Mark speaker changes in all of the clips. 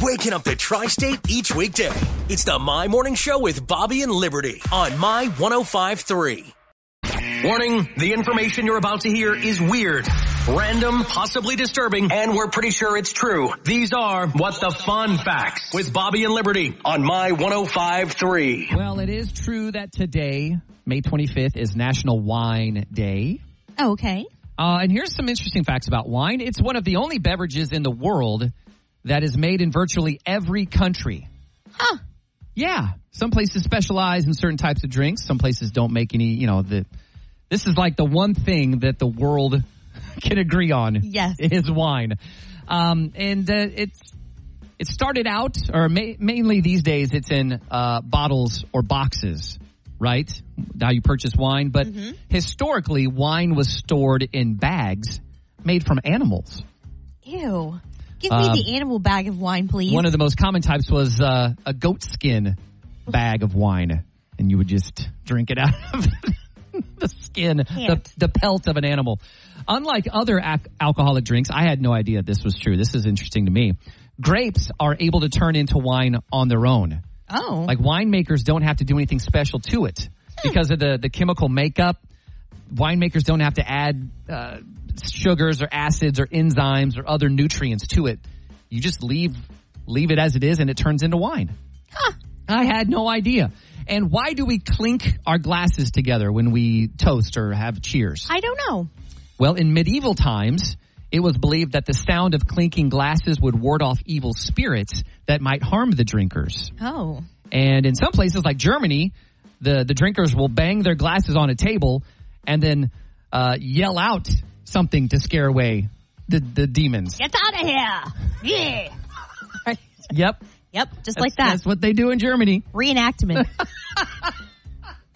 Speaker 1: waking up the tri state each weekday. It's the My Morning Show with Bobby and Liberty on My 1053. Warning the information you're about to hear is weird, random, possibly disturbing, and we're pretty sure it's true. These are What the Fun Facts with Bobby and Liberty on My 1053.
Speaker 2: Well, it is true that today, May 25th, is National Wine Day.
Speaker 3: Oh, okay.
Speaker 2: Uh, and here's some interesting facts about wine. It's one of the only beverages in the world that is made in virtually every country.
Speaker 3: Huh.
Speaker 2: Yeah. Some places specialize in certain types of drinks. Some places don't make any, you know, the, this is like the one thing that the world can agree on.
Speaker 3: Yes.
Speaker 2: Is wine. Um, and, uh, it's, it started out, or ma- mainly these days, it's in uh, bottles or boxes, right? How you purchase wine. But
Speaker 3: Mm-hmm.
Speaker 2: historically, wine was stored in bags made from animals.
Speaker 3: Ew. Give
Speaker 2: Uh,
Speaker 3: me the animal bag of wine, please.
Speaker 2: One of the most common types was uh, a goat skin bag of wine, and you would just drink it out of the skin, the,
Speaker 3: Can't.
Speaker 2: the pelt of an animal. Unlike other ac- alcoholic drinks, I had no idea this was true. This is interesting to me. Grapes are able to turn into wine on their own.
Speaker 3: oh.
Speaker 2: Like winemakers don't have to do anything special to it because of the the chemical makeup. Winemakers don't have to add uh, sugars or acids or enzymes or other nutrients to it. You just leave leave it as it is, and it turns into wine. I had no idea. And why do we clink our glasses together when we toast or have cheers?
Speaker 3: I don't know.
Speaker 2: Well, in medieval times, it was believed that the sound of clinking glasses would ward off evil spirits that might harm the drinkers.
Speaker 3: Oh.
Speaker 2: And in some places, like Germany, the, the drinkers will bang their glasses on a table and then uh, yell out something to scare away the, the demons.
Speaker 3: Get out of here. Yeah.
Speaker 2: Yep.
Speaker 3: Yep. Just like that.
Speaker 2: That's what they do in Germany.
Speaker 3: Reenactment.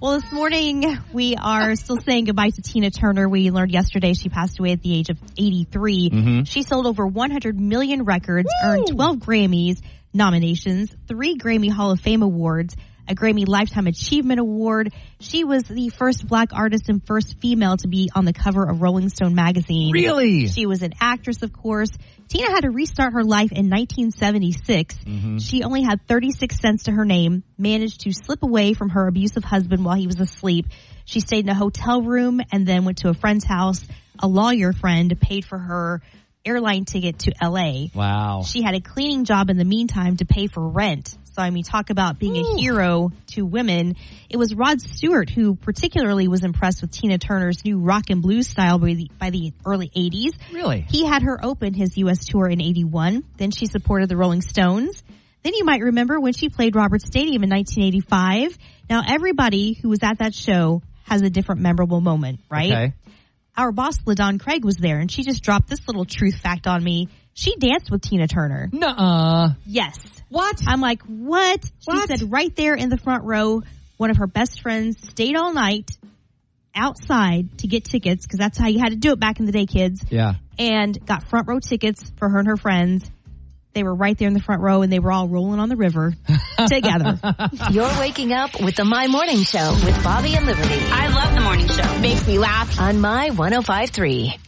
Speaker 3: well, this morning we are still saying goodbye to Tina Turner. We learned yesterday she passed away at the age of 83. She sold over 100 million records, earned 12 Grammys nominations, three Grammy Hall of Fame awards, a Grammy Lifetime Achievement Award. She was the first black artist and first female to be on the cover of Rolling Stone magazine.
Speaker 2: Really?
Speaker 3: She was an actress, of course. Tina had to restart her life in 1976. She only had 36 cents to her name, managed to slip away from her abusive husband while he was asleep. She stayed in a hotel room and then went to a friend's house. A lawyer friend paid for her airline ticket to LA.
Speaker 2: Wow.
Speaker 3: She had a cleaning job in the meantime to pay for rent. So, I mean, talk about being a hero to women. It was Rod Stewart who particularly was impressed with Tina Turner's new rock and blues style by the, by the early 80s.
Speaker 2: Really?
Speaker 3: He had her open his U.S. tour in 81. Then she supported the Rolling Stones. Then you might remember when she played Robert Stadium in 1985. Now, everybody who was at that show has a different memorable moment, right?
Speaker 2: Okay.
Speaker 3: Our boss, LaDon Craig, was there and she just dropped this little truth fact on me. She danced with Tina Turner.
Speaker 2: Nuh-uh.
Speaker 3: Yes.
Speaker 2: What?
Speaker 3: I'm like, what? She
Speaker 2: What?
Speaker 3: said right there in the front row, one of her best friends stayed all night outside to get tickets because that's how you had to do it back in the day, kids,
Speaker 2: Yeah.
Speaker 3: and got front row tickets for her and her friends. They were right there in the front row and they were all rolling on the river together.
Speaker 4: You're waking up with the My Morning Show with Bobby and Liberty oh
Speaker 5: I love the morning show. Makes me laugh.
Speaker 4: on My 1053.